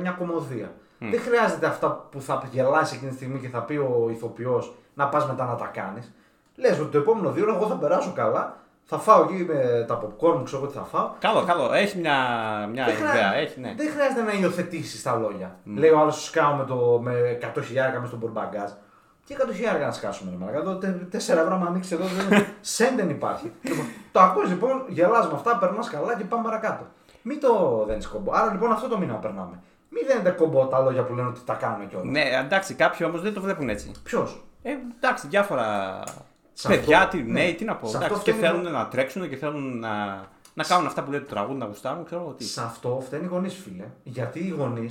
Speaker 3: μια κομμωδία. Δεν χρειάζεται αυτά που θα γελάσει εκείνη τη στιγμή και θα πει ο ηθοποιός να πας μετά να τα κάνεις. Λες ότι το επόμενο δύο ώρα εγώ θα περάσω καλά, θα φάω εκεί με τα popcorn μου, ξέρω εγώ τι θα φάω.
Speaker 2: Καλό, καλό. Έχει μια, μια
Speaker 3: Δεν, χρειά-
Speaker 2: ιδέα. Έχει, ναι.
Speaker 3: δεν χρειάζεται να υιοθετήσεις τα λόγια. Λέει ο άλλος σκάω με, το, με 100 χιλιάρικα με στον Μπορμπαγκάζ. Τι 100 χιλιάρικα να σκάσουμε, ρε Μαλακά. Εδώ τε- τέσσερα ευρώ, αν ανοίξεις εδώ, δεν, σεν δεν υπάρχει. Λοιπόν, το ακούς λοιπόν, γελάς με αυτά, περνάς καλά και πάμε παρακάτω. Μην το δένεις κόμπο. Άρα λοιπόν αυτό το μήνα περνάμε. Μην δένετε κόμπο τα λόγια που λένε ότι τα κάνουμε κιόλας. Ναι.
Speaker 2: Ναι, εντάξει, κάποιοι όμως δεν το βλέπουν έτσι.
Speaker 3: Ποιος.
Speaker 2: Ε, εντάξει, διάφορα.
Speaker 3: Σε
Speaker 2: παιδιά,
Speaker 3: αυτό-
Speaker 2: τι,
Speaker 3: ναι.
Speaker 2: ναι, τι να πω.
Speaker 3: Σε αυτό
Speaker 2: Εντάξει, και
Speaker 3: φταίει-
Speaker 2: θέλουν να τρέξουν και θέλουν να, να κάνουν αυτά που λέει το τραγούδι, να γουστάρουν, ξέρω εγώ τι.
Speaker 3: Σε αυτό φταίνει οι γονείς, φίλε. Γιατί οι γονείς.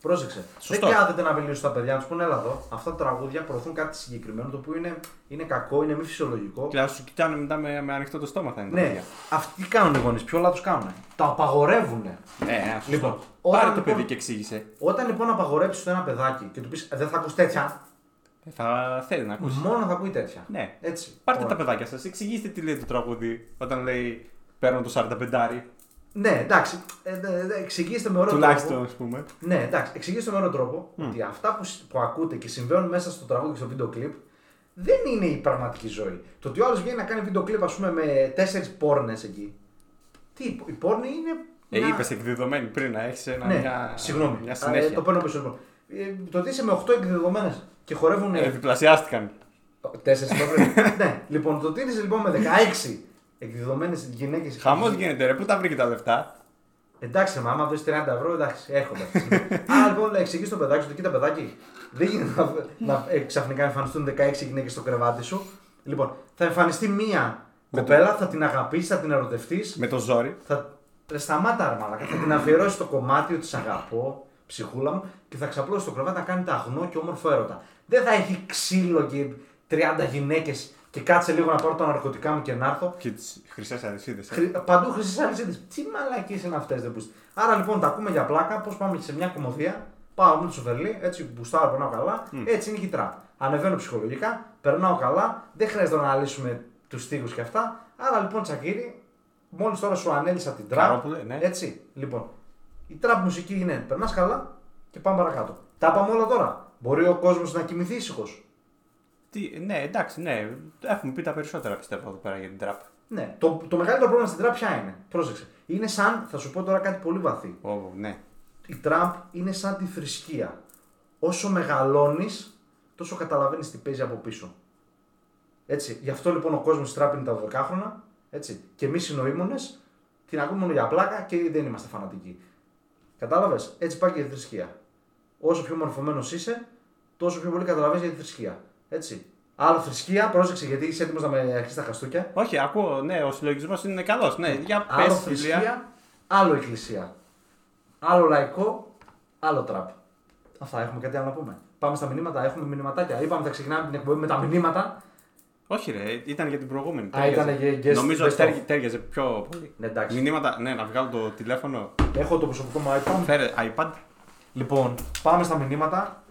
Speaker 3: Πρόσεξε.
Speaker 2: Σωστό.
Speaker 3: Δεν κάθεται να μιλήσουν στα παιδιά να τους πούνε, έλα εδώ. Αυτά τα τραγούδια προωθούν κάτι συγκεκριμένο το οποίο είναι, είναι κακό, είναι μη φυσιολογικό.
Speaker 2: Και να σου κοιτάνε μετά με, με ανοιχτό το στόμα θα είναι τα
Speaker 3: Ναι,
Speaker 2: παιδιά.
Speaker 3: αυτοί τι κάνουν οι γονείς, ποιο λάθος κάνουν. Τα απαγορεύουν.
Speaker 2: Ναι, ναι,
Speaker 3: Λοιπόν,
Speaker 2: λοιπόν,
Speaker 3: όταν
Speaker 2: πάρε το
Speaker 3: λοιπόν-
Speaker 2: παιδί και εξήγησε.
Speaker 3: Όταν λοιπόν απαγορέψεις το ένα παιδάκι και του πεις Δεν θα ακούς τέτοια,
Speaker 2: Ε, Θα θέλει να ακούσει.
Speaker 3: μόνο θα ακούει τέτοια.
Speaker 2: Ναι.
Speaker 3: Έτσι.
Speaker 2: Πάρτε
Speaker 3: Ωραία.
Speaker 2: τα παιδάκια σας, εξηγήστε τι λέει το τραγούδι όταν λέει Παίρνω το 45
Speaker 3: Ναι, εντάξει. Ε, ε, ε, εξηγήστε με ωραίο
Speaker 2: τουλάχιστον,
Speaker 3: τρόπο.
Speaker 2: ας πούμε.
Speaker 3: Ναι, εντάξει. Εξηγήστε με ωραίο τρόπο ότι αυτά που, σ- που ακούτε και συμβαίνουν μέσα στο τραγούδι και στο βίντεο κλειπ δεν είναι η πραγματική ζωή. Το ότι ο άλλος βγαίνει να κάνει βίντεο κλειπ, ας πούμε, με τέσσερις πόρνες εκεί. Τι, η πόρνη είναι.
Speaker 2: Ε,
Speaker 3: μια-
Speaker 2: Είπες εκδεδομένη πριν να έχεις
Speaker 3: Ναι,
Speaker 2: μια,
Speaker 3: συγγνώμη.
Speaker 2: μια
Speaker 3: Α, ε,
Speaker 2: συνέχεια.
Speaker 3: το παίρνω πίσω. λοιπόν. Ε, το ότι είσαι με 8 εκδεδομένε και χορεύουν.
Speaker 2: Ε, διπλασιάστηκαν.
Speaker 3: Τέσσερι ναι, λοιπόν, το ότι είσαι λοιπόν με 16 εκδεδομένε γυναίκε.
Speaker 2: Χαμό γίνεται, ρε, πού τα βρήκε τα λεφτά.
Speaker 3: Εντάξει, μα άμα δώσεις 30 ευρώ, εντάξει, έρχονται. Άρα λοιπόν, λέει, εξηγείς το παιδάκι σου, ότι κοίτα παιδάκι. Δεν γίνεται να, να ε, ξαφνικά εμφανιστούν 16 γυναίκες στο κρεβάτι σου. Λοιπόν, θα εμφανιστεί μία κοπέλα, θα την αγαπήσει, θα την ερωτευτείς.
Speaker 2: Με το ζόρι.
Speaker 3: Θα... Ρε, Σταμάτα, ρε μαλάκα. Θα την αφιερώσεις το κομμάτι ότι σε αγαπώ, ψυχούλα μου, και θα ξαπλώσει το κρεβάτι να κάνει τα αγνό και όμορφο έρωτα. Δεν θα έχει ξύλο και 30 γυναίκες και κάτσε λίγο να πάρω τα ναρκωτικά μου και να έρθω.
Speaker 2: Και τις χρυσές αλυσίδες.
Speaker 3: Χρυ- Παντού χρυσές αλυσίδες. Τι μαλακίες είναι αυτές, δεν μπουστ. Άρα λοιπόν τα ακούμε για πλάκα, πώς πάμε σε μια κομμωδία. Πάω με τη σουφελή, έτσι μπουστάρω, περνάω καλά. Έτσι είναι και η τραπ. Ανεβαίνω ψυχολογικά, περνάω καλά. Δεν χρειάζεται να αναλύσουμε τους στίχους και αυτά. Άρα λοιπόν, Τσακίρη, μόλις τώρα σου ανέλησα την τραπ.
Speaker 2: Καρόπουλε, ναι.
Speaker 3: Έτσι, λοιπόν. Η τραπ μουσική είναι περνάς καλά και πάμε παρακάτω. Τα πάμε όλα τώρα. Μπορεί ο κόσμος να κοιμηθεί ήσυχος.
Speaker 2: Τι, ναι, εντάξει, ναι. Έχουμε πει τα περισσότερα πιστεύω εδώ πέρα για την τραπ.
Speaker 3: Ναι. Το, το μεγαλύτερο πρόβλημα στην τραπ ποια είναι. Πρόσεξε. Είναι σαν, θα σου πω τώρα κάτι πολύ βαθύ.
Speaker 2: Ω, ναι.
Speaker 3: η Τραμπ είναι σαν τη θρησκεία. Όσο μεγαλώνεις, τόσο καταλαβαίνεις τι παίζει από πίσω. Έτσι. Γι' αυτό λοιπόν ο κόσμος τη Τραμπ είναι τα 12 χρόνια. Έτσι. Και εμείς οι νοήμονες την ακούμε μόνο για πλάκα και δεν είμαστε φανατικοί. Κατάλαβες. Έτσι πάει και η θρησκεία. Όσο πιο μορφωμένος είσαι, τόσο πιο πολύ καταλαβαίνεις για τη θρησκεία. Έτσι. Άλλο θρησκεία, πρόσεξε γιατί είσαι έτοιμος να με αρχίσεις τα χαστούκια.
Speaker 2: Όχι, ακούω, ναι, ο συλλογισμός είναι καλός. Ναι, για
Speaker 3: Άλλο
Speaker 2: πε βιβλία.
Speaker 3: θρησκεία, άλλο εκκλησία. Άλλο λαϊκό, άλλο τραπ. Αυτά έχουμε κάτι άλλο να πούμε. Πάμε στα μηνύματα, έχουμε μηνυματάκια. Είπαμε θα ξεκινάμε την εκπομπή με τα μηνύματα.
Speaker 2: Όχι, ρε, ήταν για την προηγούμενη.
Speaker 3: Α, ήταν
Speaker 2: Τέριαζε.
Speaker 3: για guest-
Speaker 2: Νομίζω
Speaker 3: best of.
Speaker 2: τέργε- τέριαζε πιο πολύ.
Speaker 3: Ναι, εντάξει.
Speaker 2: Μηνύματα, ναι, να βγάλω το τηλέφωνο.
Speaker 3: Έχω το προσωπικό μου iPhone.
Speaker 2: Φέρε iPad.
Speaker 3: Λοιπόν, πάμε στα μηνύματα.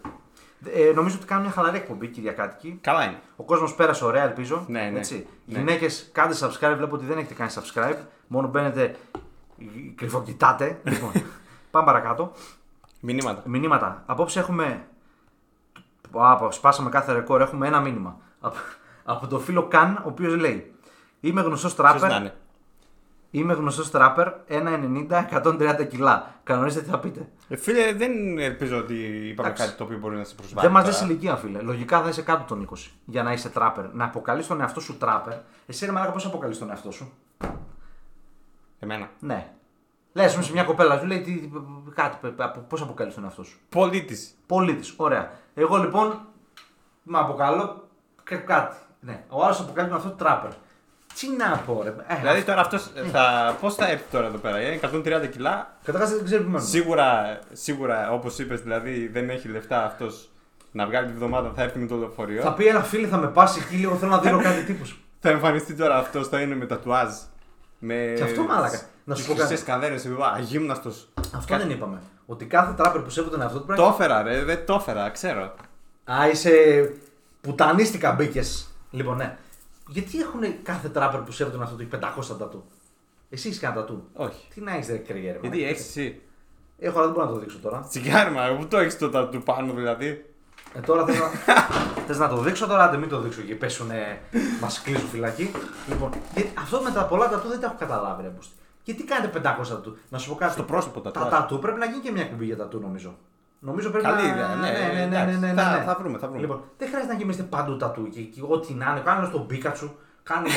Speaker 3: Ε, νομίζω ότι κάνουμε μια χαλαρή εκπομπή Κυριακάτικη.
Speaker 2: Καλά είναι.
Speaker 3: Ο κόσμος πέρασε ωραία, ελπίζω.
Speaker 2: Ναι, ναι.
Speaker 3: Έτσι.
Speaker 2: Ναι.
Speaker 3: Γυναίκες, κάντε subscribe. Βλέπω ότι δεν έχετε κάνει subscribe. Μόνο μπαίνετε, γ- κρυφοκοιτάτε. λοιπόν, πάμε παρακάτω.
Speaker 2: Μηνύματα.
Speaker 3: Μηνύματα. Απόψε έχουμε. Α, σπάσαμε κάθε ρεκόρ. Έχουμε ένα μήνυμα. Από, από το φίλο Καν, ο οποίος λέει: Είμαι γνωστός
Speaker 2: Ποιος να
Speaker 3: τράπερ.
Speaker 2: είναι.
Speaker 3: Είμαι γνωστός τράπερ 1,90-130 κιλά. Κανονίστε τι θα πείτε.
Speaker 2: Ε, Φίλε, δεν ελπίζω ότι είπαμε
Speaker 3: Εντάξει.
Speaker 2: κάτι το οποίο μπορεί να σε προσβάλλει.
Speaker 3: Δεν μας
Speaker 2: τώρα.
Speaker 3: δες ηλικία, φίλε. Λογικά θα είσαι κάτω των 20 για να είσαι τράπερ. Να αποκαλείς τον εαυτό σου τράπερ. Εσύ ρε μαλάκα πώς αποκαλείς τον εαυτό σου.
Speaker 2: Εμένα.
Speaker 3: Ναι. Λες, α πούμε σε μια κοπέλα, σου λέει τι, τι- κάτι. Πώς αποκαλείς τον εαυτό σου.
Speaker 2: Πολίτης.
Speaker 3: Πολίτης. Ωραία. Εγώ λοιπόν με αποκαλώ και κάτι. Ναι. Ο άλλος αποκαλεί με αυτό το τράπερ. Τι να πω, ρε. Ε,
Speaker 2: Δηλαδή τώρα αυτός θα... πώς θα έρθει τώρα εδώ πέρα, είναι 130 κιλά.
Speaker 3: Καταρχάς δεν ξέρω που μένουμε.
Speaker 2: Σίγουρα, σίγουρα όπως είπες, δηλαδή δεν έχει λεφτά αυτός να βγάλει τη βδομάδα, θα έρθει με το λεωφορείο.
Speaker 3: Θα
Speaker 2: Θα...
Speaker 3: πει ένα φίλο, θα με πάσει εκεί λίγο, θέλω να δίνω κάτι τύπους.
Speaker 2: εμφανιστεί τώρα αυτός, θα είναι με τατουάζ. Με...
Speaker 3: Και αυτό, μάλακα. Να
Speaker 2: Να
Speaker 3: σου
Speaker 2: σου
Speaker 3: πω κάτι.
Speaker 2: αγύμναστο.
Speaker 3: Αυτό δεν είπαμε. Ότι κάθε τράπερ που σέβεται τον εαυτό του πρέπει.
Speaker 2: Το έφερα, ρε, δεν το έφερα, ξέρω.
Speaker 3: Α, είσαι. Πουτανίστηκα μπήκες. Λοιπόν, ναι. Γιατί έχουν κάθε τράπερ που σέβεται τον εαυτό του 500 τατού. Εσύ είσαι κανένα τατού.
Speaker 2: Όχι.
Speaker 3: Τι να έχει ρε κρύε, ρε,
Speaker 2: Γιατί
Speaker 3: μαλάκα.
Speaker 2: έχεις εσύ.
Speaker 3: Έχω, αλλά δεν μπορώ να το δείξω τώρα.
Speaker 2: Τσιγάρμα, που το έχεις το τατου πάνω δηλαδή.
Speaker 3: Ε, τώρα θέλω να... Θες να το δείξω τώρα, άντε μην το δείξω και πέσουνε, μας κλείσουν φυλακή. Λοιπόν, γιατί αυτό με τα πολλά τατού δεν τα έχω καταλάβει ρε Μπούστη. Γιατί κάνετε 500 τατού, να σου πω κάτι.
Speaker 2: Στο πρόσωπο τα
Speaker 3: τα
Speaker 2: τατουάζ.
Speaker 3: τατού πρέπει να γίνει και μια κουμπί για τατού νομίζω. Νομίζω πρέπει
Speaker 2: Καλή
Speaker 3: να...
Speaker 2: ιδέα, ναι,
Speaker 3: ναι, ναι, ναι,
Speaker 2: εντάξει.
Speaker 3: ναι, ναι,
Speaker 2: Θα-
Speaker 3: ναι.
Speaker 2: θα βρούμε, θα βρούμε.
Speaker 3: Λοιπόν, δεν χρειάζεται να γεμίσετε παντού τατού και, και ό,τι να είναι, κάνουν στον Πίκατσου, κάνουν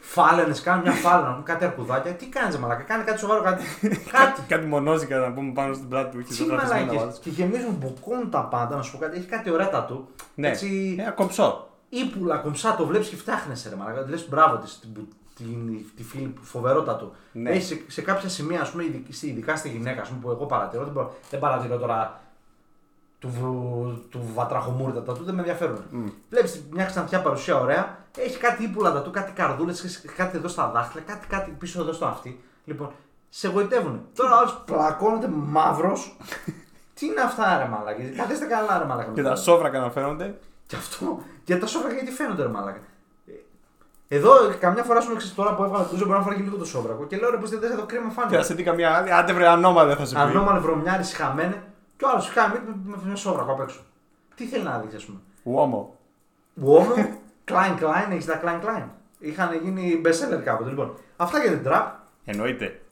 Speaker 3: φάλενες, κάνουν μια φάλαινα, κάτι αρκουδάκια. Τι κάνεις μαλακά, κάνει κάτι σοβαρό, κάτι. κάτι.
Speaker 2: Κάτι μονόζικα να πούμε πάνω στην πλάτη του. έχεις
Speaker 3: Τι
Speaker 2: το γραφισμένο να
Speaker 3: μαλακές.
Speaker 2: βάλεις.
Speaker 3: Και γεμίζουν μπουκούν τα πάντα, να σου πω κάτι. Έχει κάτι ωραία τατού.
Speaker 2: Ναι,
Speaker 3: Έτσι,
Speaker 2: ε, κομψό.
Speaker 3: ύπουλα, κομψά, το βλέπεις και φτάχνεσαι ρε μαλακά. Λες μπράβο της, την, την, τη φίλη που φοβερότα του.
Speaker 2: Ναι.
Speaker 3: Έχει σε, σε, κάποια σημεία, ας πούμε, ειδικ- στη- ειδικά στη γυναίκα, ας πούμε, που εγώ παρατηρώ, δεν, μπορώ- δεν παρατηρώ τώρα του, βρου- του βατραχομούρι τα τατού, δεν με ενδιαφέρουν. Βλέπεις μια ξανθιά παρουσία ωραία, έχει κάτι ύπουλα τατού, κάτι καρδούλες, κάτι εδώ στα δάχτυλα, κάτι, κάτι πίσω εδώ στο αυτί. Λοιπόν, σε γοητεύουν. Τώρα άλλος πλακώνεται μαύρος. Τι είναι αυτά ρε μαλάκα, καθίστε καλά ρε μαλάκα.
Speaker 2: Και τα σόβρακα να φαίνονται.
Speaker 3: Και αυτό. Και τα σόβρακα γιατί φαίνονται, ρε Μαλάκα. Ε, Εδώ καμιά φορά σου ξέρει τώρα που έβγαλε το μπορεί να φάγει λίγο το σόβρακο και λέω ρε πω δεν εδώ κρίμα
Speaker 2: Και θα
Speaker 3: φάνηκε.
Speaker 2: σε δει καμία άλλη. Άντε βρε ανώμαλε θα σε πει.
Speaker 3: Ανώμαλε βρωμιάρι χαμένε και ο άλλος χάμι με με σόβρακο απ' έξω. Τι θέλει να δείξει, ας πούμε.
Speaker 2: Ουόμο.
Speaker 3: Βόμο, Klein Klein, έχεις τα Klein Klein. Είχαν γίνει bestseller κάποτε. Λοιπόν, αυτά για την τραπ.
Speaker 2: Εννοείται.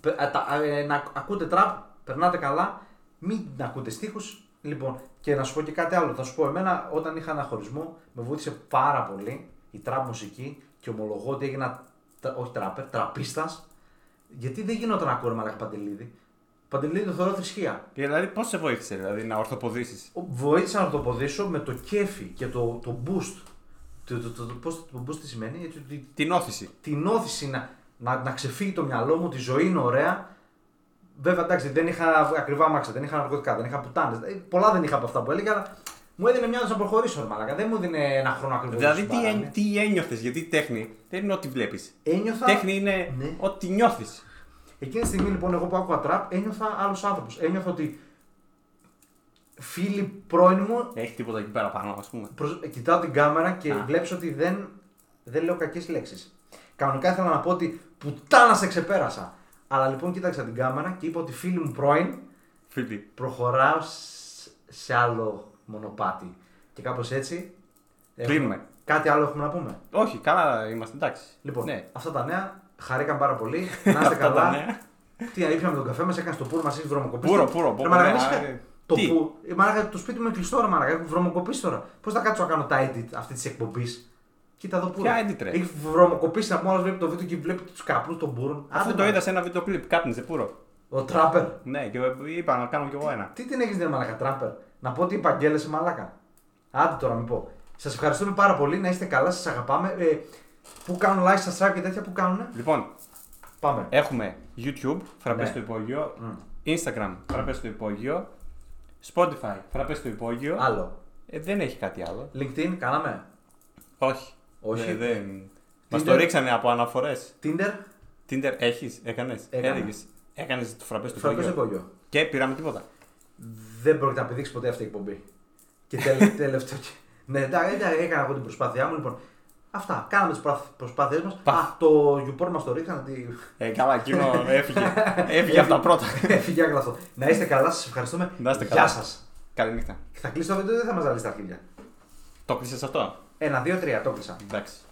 Speaker 3: Πε- α, τα- α, ε, να ακούτε τραπ, περνάτε καλά, μην ακούτε στίχους. Λοιπόν, και να σου πω και κάτι άλλο. Θα σου πω, εμένα όταν είχα ένα χωρισμό, με βοήθησε πάρα πολύ η τραπ μουσική και ομολογώ ότι έγινα, τρα- όχι τράπερ, τραπίστας. Γιατί δεν γινόταν ακόμα μαλάκα παντελίδι. Παντελίδι το θεωρώ θρησκεία.
Speaker 2: Δηλαδή πώς σε βοήθησε δηλαδή, να ορθοποδήσεις.
Speaker 3: Βοήθησε να το αποδείξω με το κέφι και το, το boost. Το, το, το, το, πώς, το boost τι σημαίνει, γιατί ότι
Speaker 2: Την όθηση.
Speaker 3: την όθηση να, να, να ξεφύγει το μυαλό μου, τη ζωή είναι ωραία. Βέβαια, εντάξει, δεν είχα ακριβά μάξα, δεν είχα ναρκωτικά, δεν είχα πουτάνες. Πολλά δεν είχα από αυτά που έλεγα, αλλά μου έδινε μια όρεξη να προχωρήσω, ρε μαλάκα. Δεν μου έδινε ένα χρόνο ακριβώς.
Speaker 2: Δηλαδή τι, εν, τι ένιωθες, γιατί η τέχνη δεν είναι ό,τι βλέπεις.
Speaker 3: Ένιωθα.
Speaker 2: Τέχνη είναι
Speaker 3: Ναι.
Speaker 2: ό,τι νιώθεις.
Speaker 3: Εκείνη τη στιγμή λοιπόν, εγώ που άκουγα τραπ, ένιωθα άλλος άνθρωπος. Ένιωθα ότι φίλοι πρώην μου
Speaker 2: Έχει τίποτα εκεί πέρα πάνω, ας πούμε.
Speaker 3: προσ... ε, κοιτάω την κάμερα και
Speaker 2: Α.
Speaker 3: βλέπεις ότι δεν, δεν λέω κακές λέξεις. Κανονικά ήθελα να πω ότι πουτάνα σε ξεπέρασα. Αλλά λοιπόν κοίταξα την κάμερα και είπα ότι φίλοι μου πρώην
Speaker 2: Φίλοι.
Speaker 3: προχωράω σ- σε άλλο μονοπάτι. Και κάπως έτσι. έχουμε-
Speaker 2: Κλείνουμε.
Speaker 3: Κάτι άλλο έχουμε να πούμε.
Speaker 2: Όχι, καλά είμαστε, εντάξει.
Speaker 3: Λοιπόν,
Speaker 2: ναι.
Speaker 3: αυτά τα νέα. Χαρήκαμε πάρα πολύ. Να είστε
Speaker 2: Αυτά τα
Speaker 3: καλά.
Speaker 2: νέα.
Speaker 3: Τι να ήπιαμε τον καφέ μας, έκανες το πούρ μα, έχει βρωμοκοπήσει.
Speaker 2: Πούρο, πούρο,
Speaker 3: Ρε
Speaker 2: πούρο,
Speaker 3: μαλάκα,
Speaker 2: ναι,
Speaker 3: εμείς είχα-
Speaker 2: α,
Speaker 3: Το
Speaker 2: τι?
Speaker 3: που. ε, Μαλάκα, το σπίτι μου είναι κλειστό, ρε μαλάκα. Έχω βρωμοκοπήσει τώρα. Πώς θα κάτσω να κάνω τα edit αυτή της εκπομπής. Κοίτα εδώ πούρο.
Speaker 2: Ποια edit, ρε?
Speaker 3: Έχεις βρωμοκοπήσει να μόνο βλέπει το βίντεο και βλέπει τους καπνούς των πούρων. Άντε,
Speaker 2: Αφού το
Speaker 3: μαλάκα.
Speaker 2: είδα σε ένα βίντεο κλιπ, κάπνιζε πούρο.
Speaker 3: Ο τράπερ.
Speaker 2: Ναι, και είπα να κάνω κι εγώ ένα.
Speaker 3: Τι την έχεις δει, μαλάκα, τράπερ. Να πω ότι επαγγέλεσαι, μαλάκα. Άντε τώρα, μην πω. Σας ευχαριστούμε πάρα πολύ. Να είστε καλά, σας αγαπάμε. Ε, πού κάνουν like, subscribe και τέτοια που κάνουν.
Speaker 2: Λοιπόν,
Speaker 3: Πάμε.
Speaker 2: Έχουμε YouTube, φραπέ
Speaker 3: Ναι.
Speaker 2: στο υπόγειο. Instagram, φραπέ στο υπόγειο. Spotify, φραπέ στο υπόγειο.
Speaker 3: Άλλο.
Speaker 2: Ε, δεν έχει κάτι άλλο.
Speaker 3: LinkedIn, κάναμε.
Speaker 2: Όχι.
Speaker 3: Όχι.
Speaker 2: Ε, δεν. Μας
Speaker 3: Tinder.
Speaker 2: το ρίξανε από αναφορές.
Speaker 3: Tinder,
Speaker 2: Tinder έχεις, έκανες.
Speaker 3: Έκανα.
Speaker 2: Έλεγε. Έκανες το φραπέ στο
Speaker 3: φραπέ στο
Speaker 2: υπόγειο.
Speaker 3: υπόγειο.
Speaker 2: Και πήραμε τίποτα.
Speaker 3: δεν πρόκειται να πηδήξει ποτέ αυτή η εκπομπή. Και τελε, τελευταίο. και- ναι, εντάξει, εντάξει, έκανα εγώ την προσπάθειά μου. Λοιπόν, αυτά. Κάναμε τις προσπάθειές μας.
Speaker 2: Πα.
Speaker 3: Α, το YouPorn μας το ρίχναν. Τι...
Speaker 2: Ε, καλά, εκείνο έφυγε. έφυγε από τα πρώτα.
Speaker 3: Έφυγε άγλαστο. Να είστε καλά, σας ευχαριστούμε.
Speaker 2: Να είστε
Speaker 3: Γεια
Speaker 2: καλά.
Speaker 3: σας.
Speaker 2: Καληνύχτα.
Speaker 3: Θα κλείσω το βίντεο, δεν θα μας ζαλίσει τα αρχίδια.
Speaker 2: Το κλείσες αυτό.
Speaker 3: Ένα, δύο, τρία, το κλείσα.
Speaker 2: Εντάξει.